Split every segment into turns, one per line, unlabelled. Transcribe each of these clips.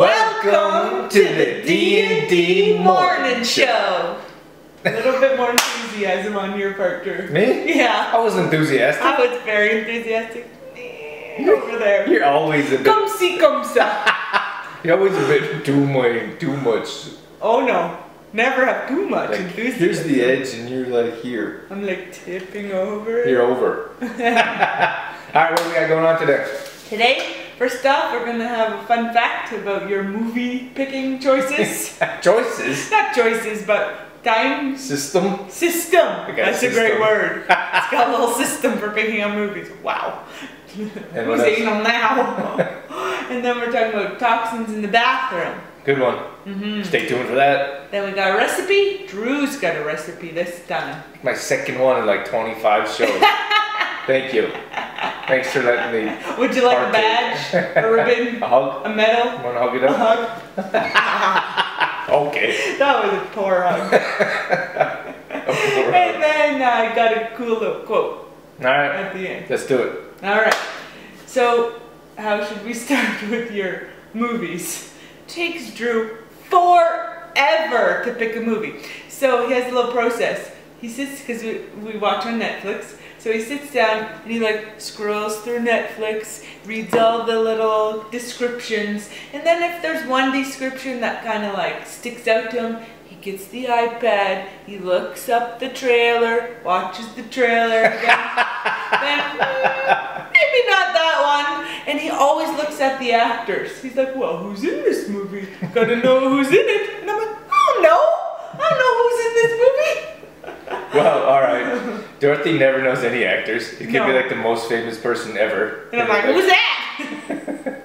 Welcome to the D&D Morning Show.
A little bit more enthusiasm on your part, Drew.
Me?
Yeah,
I was enthusiastic.
I was very enthusiastic over there.
You're always a bit.
Come see, come sa.
You're always a bit too much. Too much.
Oh no, never have too much
Like, here's
enthusiasm.
the edge, and you're like here.
I'm like tipping over.
You're over. All right, what do we got going on today?
Today, first off, we're gonna have a fun fact about your movie picking choices.
Choices.
Not choices, but time
System.
system.
Okay,
That's a
system.
great word. it's got a little system for picking up movies. Wow.
And
Who's
what else?
eating them now? and then we're talking about toxins in the bathroom.
Good one. Stay tuned for that.
Then we got a recipe. Drew's got a recipe this time.
My second one in like 25 shows. Thank you. Thanks for letting me.
Would you like a
Partake.
badge, a ribbon,
A hug.
a medal,
Want to hug it
a
up?
hug?
Okay.
That was a poor hug. and then I got a cool little quote
All right.
at the end.
Let's do it.
All right. So, how should we start with your movies? Takes Drew forever to pick a movie. So he has a little process. He sits because we, we watch on Netflix. So he sits down and he like scrolls through Netflix, reads all the little descriptions, and then if there's one description that kind of like sticks out to him, he gets the iPad. He looks up the trailer, watches the trailer again. then, "Mm, maybe not that one. And he always looks at the actors. He's like, well, who's in this movie? Gotta know who's in it. And I'm like, I don't know. I don't know who's in this movie.
Well, all right. Dorothy never knows any actors. It could be
No.
like the most famous person ever.
And I'm like, who's that?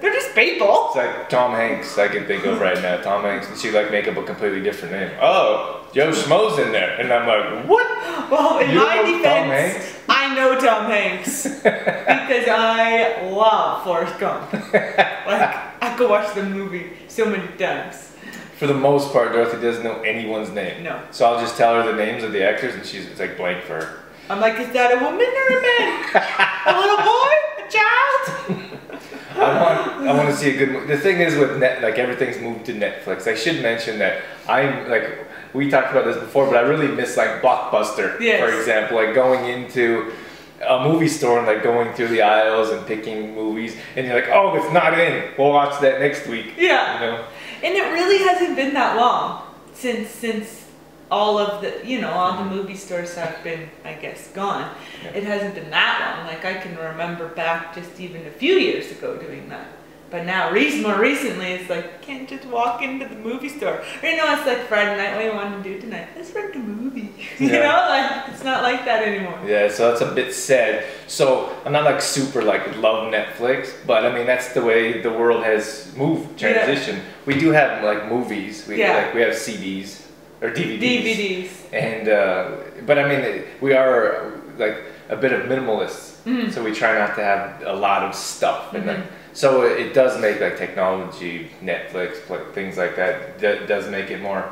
They're just people.
It's like Tom Hanks. I can think of right now. Tom Hanks, and she like make up a completely different name. Oh, Joe Schmo's in there, and I'm like, what?
Well, in
You
my
know Tom
defense,
Hanks?
I know Tom Hanks because I love Forrest Gump. Like, I could watch the movie so many times.
For the most part, Dorothy doesn't know anyone's name.
No.
So I'll just tell her the names of the actors, and she's it's like blank for her.
I'm like, is that a woman or a man? a little boy? A child?
I want I want to see a good movie. The thing is with net like everything's moved to Netflix. I should mention that I'm like we talked about this before, but I really miss like Blockbuster,
Yes.
for example, like going into a movie store and like going through the aisles and picking movies, and you're like, oh, it's not in. We'll watch that next week.
Yeah.
You know.
And it really hasn't been that long since since all of the you know all the movie stores have been I guess gone.
Mm-hmm. Yeah.
It hasn't been that long. Like I can remember back just even a few years ago doing that. But now, re- more recently, it's like you can't just walk into the movie store. Or, you know, it's like Friday night. What do you want to do tonight? Let's rent a movie. You
Yeah.
know, like it's not like that anymore.
Yeah, so that's a bit sad. So I'm not like super like love Netflix, but I mean that's the way the world has moved,
Yeah.
transitioned. We do have like movies. We
Yeah.
like we have CDs or DVDs.
DVDs.
And uh, but I mean we are like a bit of minimalists, so we try not to have a lot of stuff. And like, so it does make like technology, Netflix, pl- things like that, d- does make it more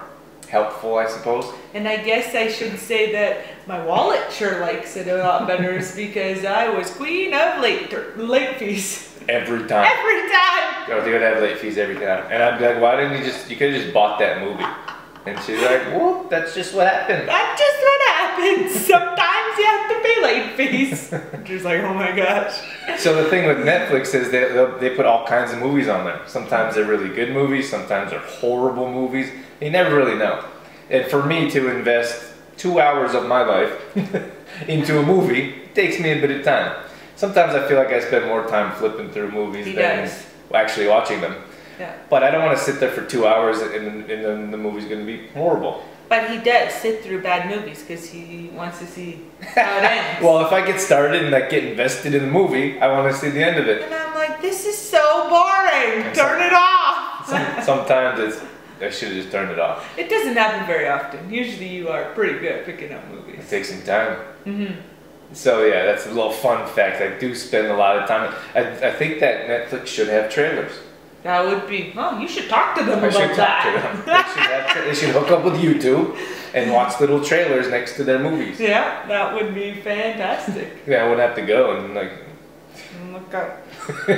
helpful, I suppose.
And I guess I should say that my wallet sure likes it a lot better is because I was queen of late er, late fees
Every time.
every time.
Oh, they would have late fees every time. And I'd be like, why didn't you just, you could have just bought that movie. And she's like, well, that's just what happened.
That's just what happens. Sometimes you have to pay late fees. I'm just like, oh my gosh.
So the thing with Netflix is they, they'll- they put all kinds of movies on there. Sometimes they're really good movies, sometimes they're horrible movies. You never really know. And for me to invest two hours of my life into a movie takes me a bit of time. Sometimes I feel like I spend more time flipping through movies
He
than
does.
actually watching them.
Yeah. But,
But I don't want to sit there for two hours and, and then the movie's going to be horrible.
he does sit through bad movies because he wants to see how it ends.
Well, if I get started and I get invested in the movie, I want to see the end of it.
and I'm like, this is so boring. Turn it off.
Some- Sometimes it's I should have just turned it off.
It doesn't happen very often. Usually you are pretty good at picking up movies.
It takes some time.
Mm-hmm.
So yeah, that's a little fun fact. I do spend a lot of time. I, I think that Netflix should have trailers.
That would be, oh, you should talk to them
I
about
should talk
that.
to them. They should, have tra- they should hook up with YouTube and watch little trailers next to their movies.
Yeah, that would be fantastic.
Yeah, I wouldn't have to go and like
Look up. Uh,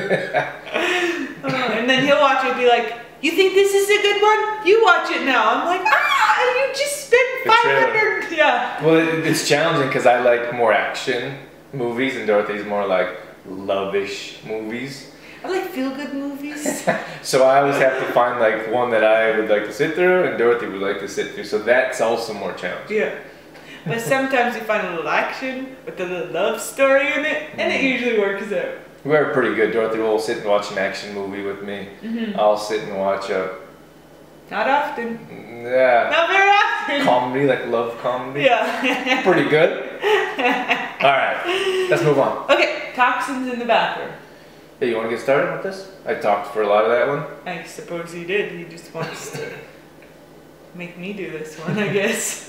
and then he'll watch it and be like, you think this is a good one? You watch it now. I'm like, ah, you just spent
The trailer.
500. Yeah.
Well, it, it's challenging because I like more action movies, and Dorothy's more like lovish movies.
I like feel good movies.
So I always have to find like one that I would like to sit through, and Dorothy would like to sit through. So that's also more challenging.
yeah. But sometimes you find a little action with a little love story in it, and
Mm.
it usually works out.
We are pretty good. Dorothy will sit and watch an action movie with me.
Mm-hmm.
I'll sit and watch a
Not often.
yeah
Not very often.
comedy, like love comedy.
Yeah.
Pretty good. All right, let's move on.
okay, toxins in the bathroom.
Hey, you want to get started with this? I talked for a lot of that one.
I suppose he did. He just wants to make me do this one, I guess.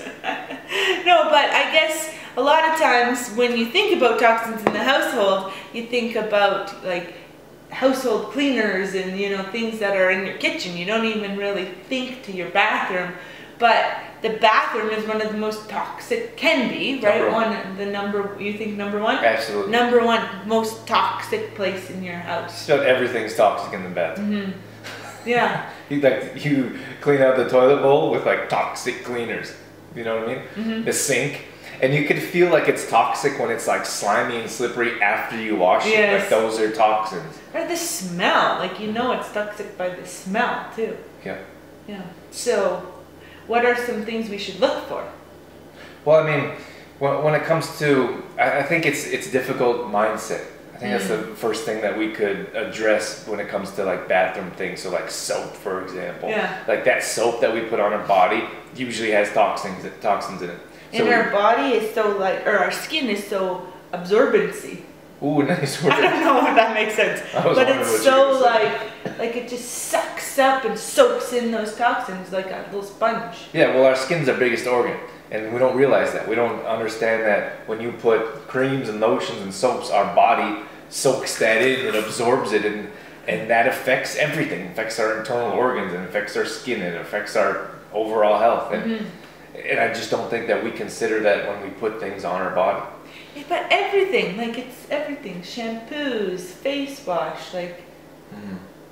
no, but I guess a lot of times when you think about toxins in the household, you think about like household cleaners and you know things that are in your kitchen. You don't even really think to your bathroom, but the bathroom is one of the most toxic can be, right?
Number one.
one the number you think number one?
Absolutely.
Number one most toxic place in your house.
Just about everything's toxic in the bathroom.
Mm-hmm. Yeah.
You like you clean out the toilet bowl with like toxic cleaners. You know what I mean?
Mm-hmm.
The sink. And you could feel like it's toxic when it's like slimy and slippery after you wash it. Like
Yes.
those are toxins.
Or the smell, like you know it's toxic by the smell too.
Yeah.
Yeah. So, what are some things we should look for?
Well, I mean, when, when it comes to, I, I think it's it's difficult mindset. I think that's
Mm.
the first thing that we could address when it comes to like bathroom things. So like soap, for example.
Yeah.
Like that soap that we put on our body usually has toxins toxins in it.
And our body is so like, or our skin is so absorbency.
we, ooh, nice
I
word.
don't know if that makes sense,
I was
but
wondering what
it's
you were
so
gonna
like, like it just sucks up and soaks in those toxins like a little sponge.
Yeah, well, our skin's our biggest organ, and we don't realize that. We don't understand that when you put creams and lotions and soaps, our body soaks that in and absorbs it, and and that affects everything. It affects our internal organs, and affects our skin, and affects our overall health. And and I just don't think that we consider that when we put things on our body.
Yeah, but everything, like it's everything: shampoos, face wash, like
Mm-hmm.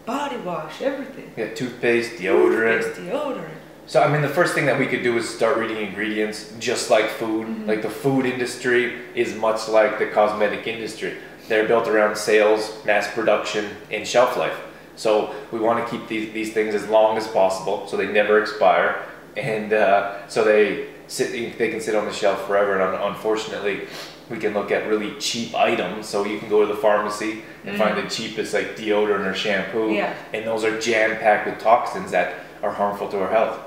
body wash, everything.
Yeah, toothpaste, deodorant,
Toothpaste, Deodorant.
So I mean, the first thing that we could do is start reading ingredients, just like food. Like the food industry is much like the cosmetic industry. They're built around sales, mass production, and shelf life. So we want to keep these these things as long as possible, so they never expire, and uh, so they sit they can sit on the shelf forever. And un- unfortunately, we can look at really cheap items. So you can go to the pharmacy and find the cheapest like deodorant or shampoo,
Yeah.
and those are jam packed with toxins that are harmful to our health.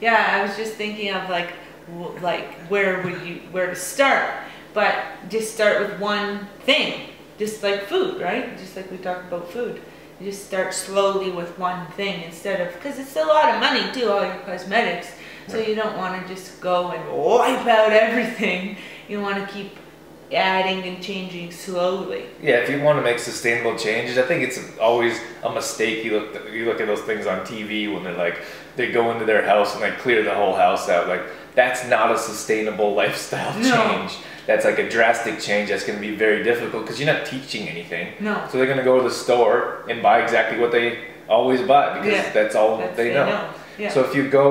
Yeah, I was just thinking of like, w- like where would you where to start? But just start with one thing, just like food, right? Just like we talked about food. You just start slowly with one thing instead of because it's a lot of money too, all your cosmetics. So you don't want to just go and wipe out everything. You want to keep adding and changing slowly.
Yeah, if you want to make sustainable changes, I think it's always a mistake. You look you look at those things on TV when they're like they go into their house and they clear the whole house out. Like that's not a sustainable lifestyle
No.
change. That's like a drastic change. That's going to be very difficult because you're not teaching anything.
No.
So they're going to go to the store and buy exactly what they always buy because
Yeah.
that's all
That's-
they,
Yeah.
so if you go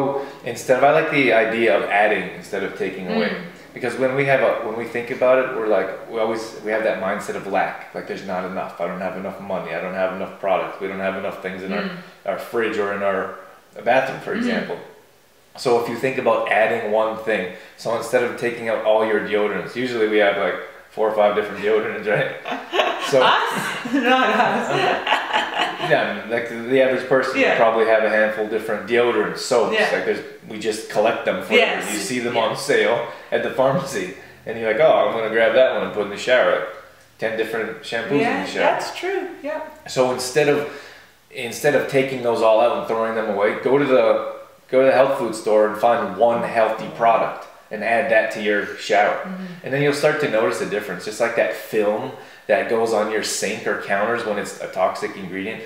instead of, I like the idea of adding instead of taking away,
Mm.
because when we have a when we think about it, we're like we always we have that mindset of lack, like there's not enough. I don't have enough money. I don't have enough products. We don't have enough things in
Mm.
our our fridge or in our bathroom, for
Mm-hmm.
example. So if you think about adding one thing, so instead of taking out all your deodorants, usually we have like four or five different deodorants, right? So
us? Not us.
yeah, like the, the average person
Yeah.
would probably have a handful of different deodorant soaps.
Yeah.
Like there's, we just collect them for
Yes.
you. You see them
Yeah.
on sale at the pharmacy, and you're like, oh, I'm gonna grab that one and put in the shower. Ten different shampoos in
Yeah,
the shower.
that's true. Yeah.
So instead of instead of taking those all out and throwing them away, go to the go to the health food store and find one healthy product and add that to your shower. And then you'll start to notice a difference. Just like that film that goes on your sink or counters when it's a toxic ingredient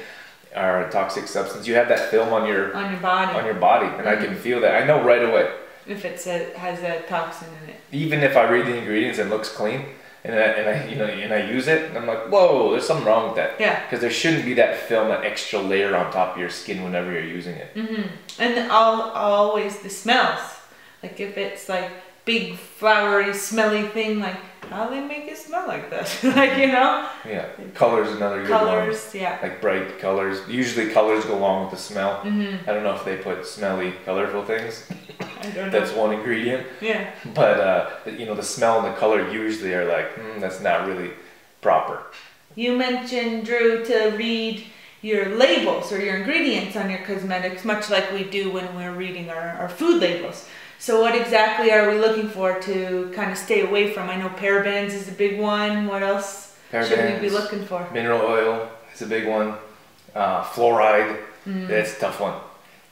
or a toxic substance. You have that film on your
On your body.
on your body and I can feel that. I know right away.
if it a, has a toxin in it.
Even if I read the ingredients and it looks clean, and I, and I you know and I use it, and I'm like, whoa, there's something wrong with that.
Yeah.
Because there shouldn't be that film, that extra layer on top of your skin whenever you're using it.
And all, always the smells. Like if it's like big flowery smelly thing, like how they make it smell like that, like you know,
Yeah. Colors another good one.
colors, yeah.
Like bright colors. Usually colors go along with the smell. I don't know if they put smelly, colorful things.
Mm-hmm. I don't know.
That's one ingredient.
Yeah,
But uh, you know, the smell and the color usually are like, mm, that's not really proper.
you mentioned Drew to read your labels or your ingredients on your cosmetics, much like we do when we're reading our, our food labels. So what exactly are we looking for to kind of stay away from? I know parabens is a big one. What else should we be
Parabens.
looking for?
Mineral oil is a big one. Uh, fluoride, that's a tough one.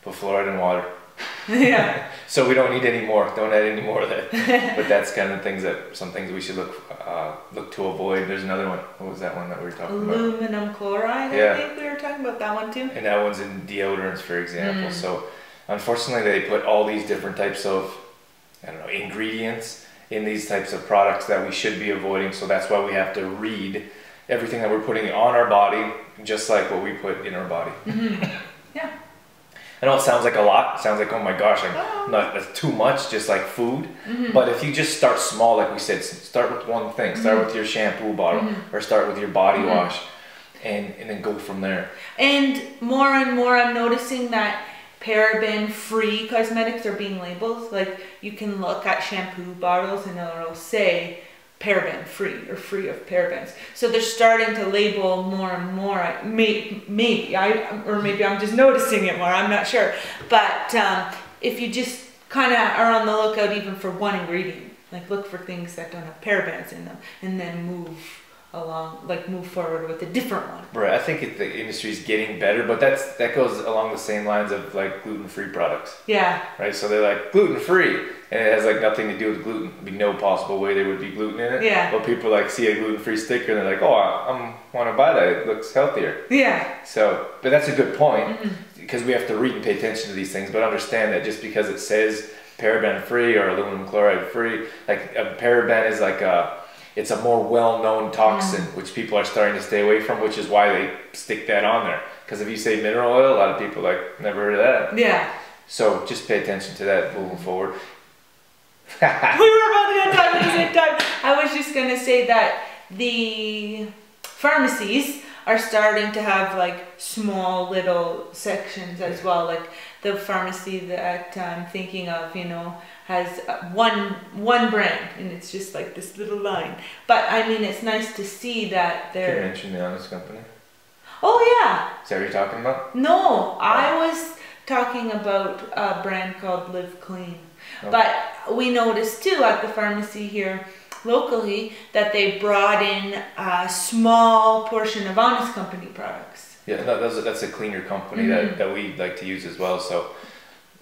Put fluoride in water.
yeah.
So we don't need any more. Don't add any more of that. but that's kind of things that some things we should look uh, look to avoid. There's another one. What was that one that we were talking about?
Aluminum chloride,
Yeah.
I think we were talking about that one too.
And that one's in deodorants, for example. So unfortunately, they put all these different types of I don't know ingredients in these types of products that we should be avoiding. So that's why we have to read everything that we're putting on our body, just like what we put in our body.
Yeah.
I know it sounds like a lot. It sounds like oh my gosh,
Oh.
I'm not that's too much. Just like food, but if you just start small, like we said, s- start with one thing. Start with your shampoo bottle, or start with your body wash, and and then go from there.
And more and more, I'm noticing that paraben free cosmetics are being labeled. Like, you can look at shampoo bottles and it'll say paraben free or free of parabens. So they're starting to label more and more. I- may- Maybe, I, or maybe I'm just noticing it more, I'm not sure. But um, if you just kind of are on the lookout even for one ingredient, like look for things that don't have parabens in them and then move along, like move forward with a different one.
Right. I think it, the industry's getting better, but that's that goes along the same lines of like gluten free products,
Yeah.
right? So they're like gluten free, and it has like nothing to do with gluten. There'd be no possible way there would be gluten in it.
Yeah.
But people like see a gluten free sticker and they're like, oh, I, I'm want to buy that. It looks healthier.
Yeah,
So, but that's a good point because we have to read and pay attention to these things, but understand that just because it says paraben free or aluminum chloride free, like a paraben is like a it's a more well-known toxin which people are starting to stay away from, which is why they stick that on there. Because if you say mineral oil, a lot of people are like never heard of that.
yeah.
So just pay attention to that moving forward.
We were both gonna talk at the same time. I was just gonna say that the pharmacies are starting to have like small little sections as well. Like the pharmacy that I'm thinking of, you know, has uh, one one brand and it's just like this little line. But I mean, it's nice to see that
Can you
they're.
mention the honest company?
Oh yeah.
Is that what you're talking about?
No, I was talking about a brand called Live Clean.
Oh.
But we noticed too at the pharmacy here locally that they brought in a small portion of Honest Company products.
Yeah, no, that's, a, that's a cleaner company that, that we like to use as well. So,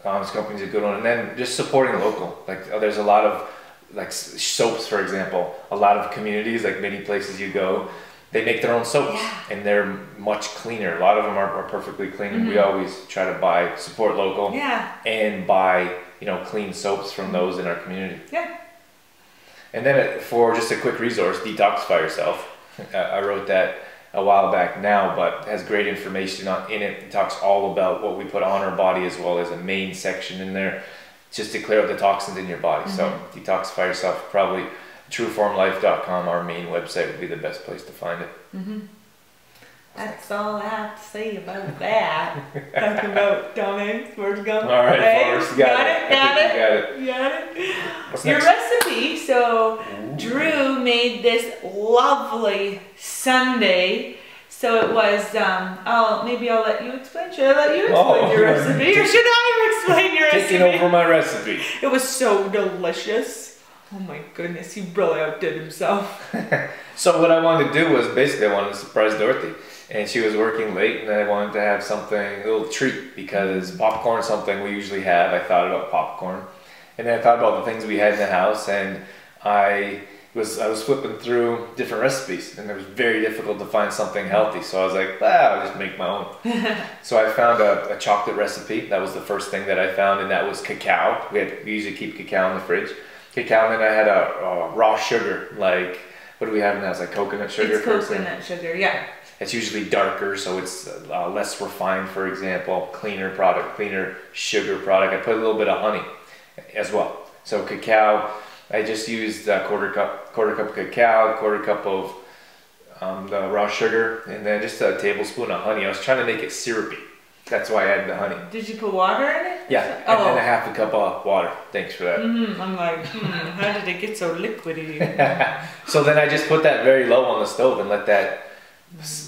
um, this company's a good one. And then just supporting local. Like, uh, there's a lot of like s- soaps, for example. A lot of communities, like many places you go, they make their own soaps,
Yeah.
and they're much cleaner. A lot of them are, are perfectly clean. and We always try to buy support local
Yeah,
and buy you know clean soaps from those in our community.
yeah.
And then it- for just a quick resource, detoxify yourself. I I wrote that a while back now, but has great information on, in it. It talks all about what we put on our body as well as a main section in there, just to clear out the toxins in your body. So
Mm-hmm.
detoxify yourself. Probably trueformlife.com, our main website, would be the best place to find it.
That's all I have to say about that. Talking about Tom Hanks, Forrest Gump.
All right,
eh?
Forrest, you got, it.
Got
I think
it.
you got it.
Got it.
What's
Your
next?
recipe. So Drew made this lovely Sunday. So it was. Um, I'll maybe I'll let you explain. Should I let you explain
Oh,
your
yeah.
recipe, or should I explain your
Taking
recipe?
over my recipe.
It was so delicious. Oh my goodness, he really outdid himself.
So what I wanted to do was basically I wanted to surprise Dorothy, and she was working late, and I wanted to have something a little treat because popcorn is something we usually have. I thought about popcorn, and then I thought about the things we had in the house, and I was I was flipping through different recipes, and it was very difficult to find something healthy. So I was like, ah, I'll just make my own. So I found a, a chocolate recipe. That was the first thing that I found, and that was cacao. We, had, we usually keep cacao in the fridge. Cacao, and then I had a, uh raw sugar, like what do we have now? It's like coconut sugar.
It's
for example.
coconut sugar, yeah.
It's usually darker, so it's uh, less refined. For example, cleaner product, cleaner sugar product. I put a little bit of honey as well. So cacao, I just used a quarter cup, quarter cup of cacao, quarter cup of um, the raw sugar, and then just a tablespoon of honey. I was trying to make it syrupy. That's why I added the honey.
Did you put water in it?
Yeah, and
Oh.
then a half a cup of water. Thanks for that.
Mm, I'm like, hmm, how did it get so liquidy?
So then I just put that very low on the stove and let that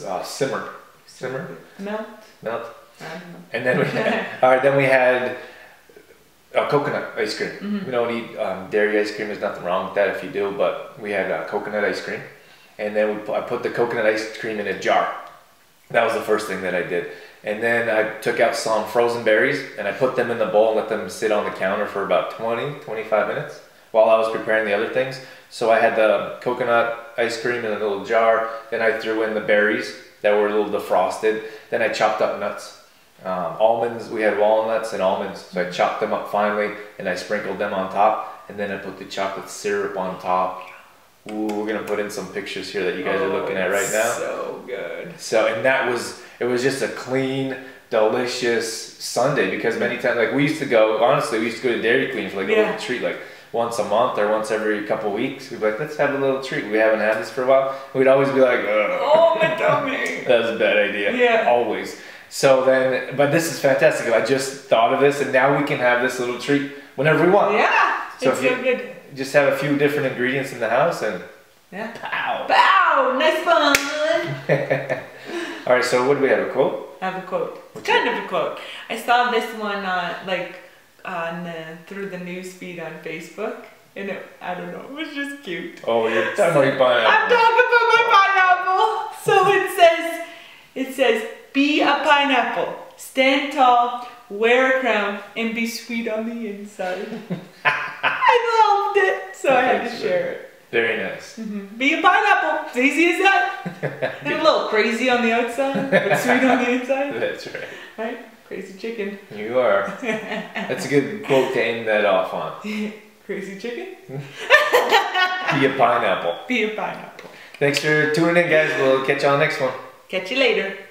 uh, simmer, simmer,
Melt?
melt.
I don't know.
And then we had, all right, then we had uh, coconut ice cream. We don't eat um, dairy ice cream. There's nothing wrong with that if you do, but we had uh, coconut ice cream. And then we pu- I put the coconut ice cream in a jar. That was the first thing that I did. And then I took out some frozen berries and I put them in the bowl and let them sit on the counter for about 20, 25 minutes while I was preparing the other things. So I had the coconut ice cream in a little jar. Then I threw in the berries that were a little defrosted. Then I chopped up nuts. Um, almonds, we had walnuts and almonds. So I chopped them up finely and I sprinkled them on top. And then I put the chocolate syrup on top. Ooh, we're going to put in some pictures here that you guys are looking at right now.
Oh, So good.
So and that was it was just a clean, delicious Sunday because many times like we used to go honestly we used to go to Dairy Queen for like a
Yeah.
little treat like once a month or once every couple weeks. We'd be like, let's have a little treat. We haven't had this for a while. We'd always be like, Ugh,
Oh, my tummy.
that was a bad idea.
Yeah.
Always. So then but this is fantastic. I just thought of this and now we can have this little treat whenever we want.
Yeah,
So
it's
if you-
so good.
Just have a few different ingredients in the house and
Yeah.
pow.
Bow! Nice one!
Alright, so what do we have? A quote?
I have a quote. Kind of a quote. I saw this one uh, like on the, through the news feed on Facebook, and it, I don't know, it was just cute.
Oh you're talking about your pineapple.
I'm talking about my pineapple. So it says, it says, be a pineapple, stand tall, wear a crown, and be sweet on the inside. I loved it, so I had to share it.
Very nice.
Mhm. Be a pineapple, it's easy as that. And a little crazy on the outside, but sweet on the inside,
That's right.
right? Crazy chicken.
You are. That's a good quote to end that off on.
Crazy chicken?
Be a pineapple.
Be a pineapple.
Thanks for tuning in, guys. We'll catch y'all next one.
Catch you later.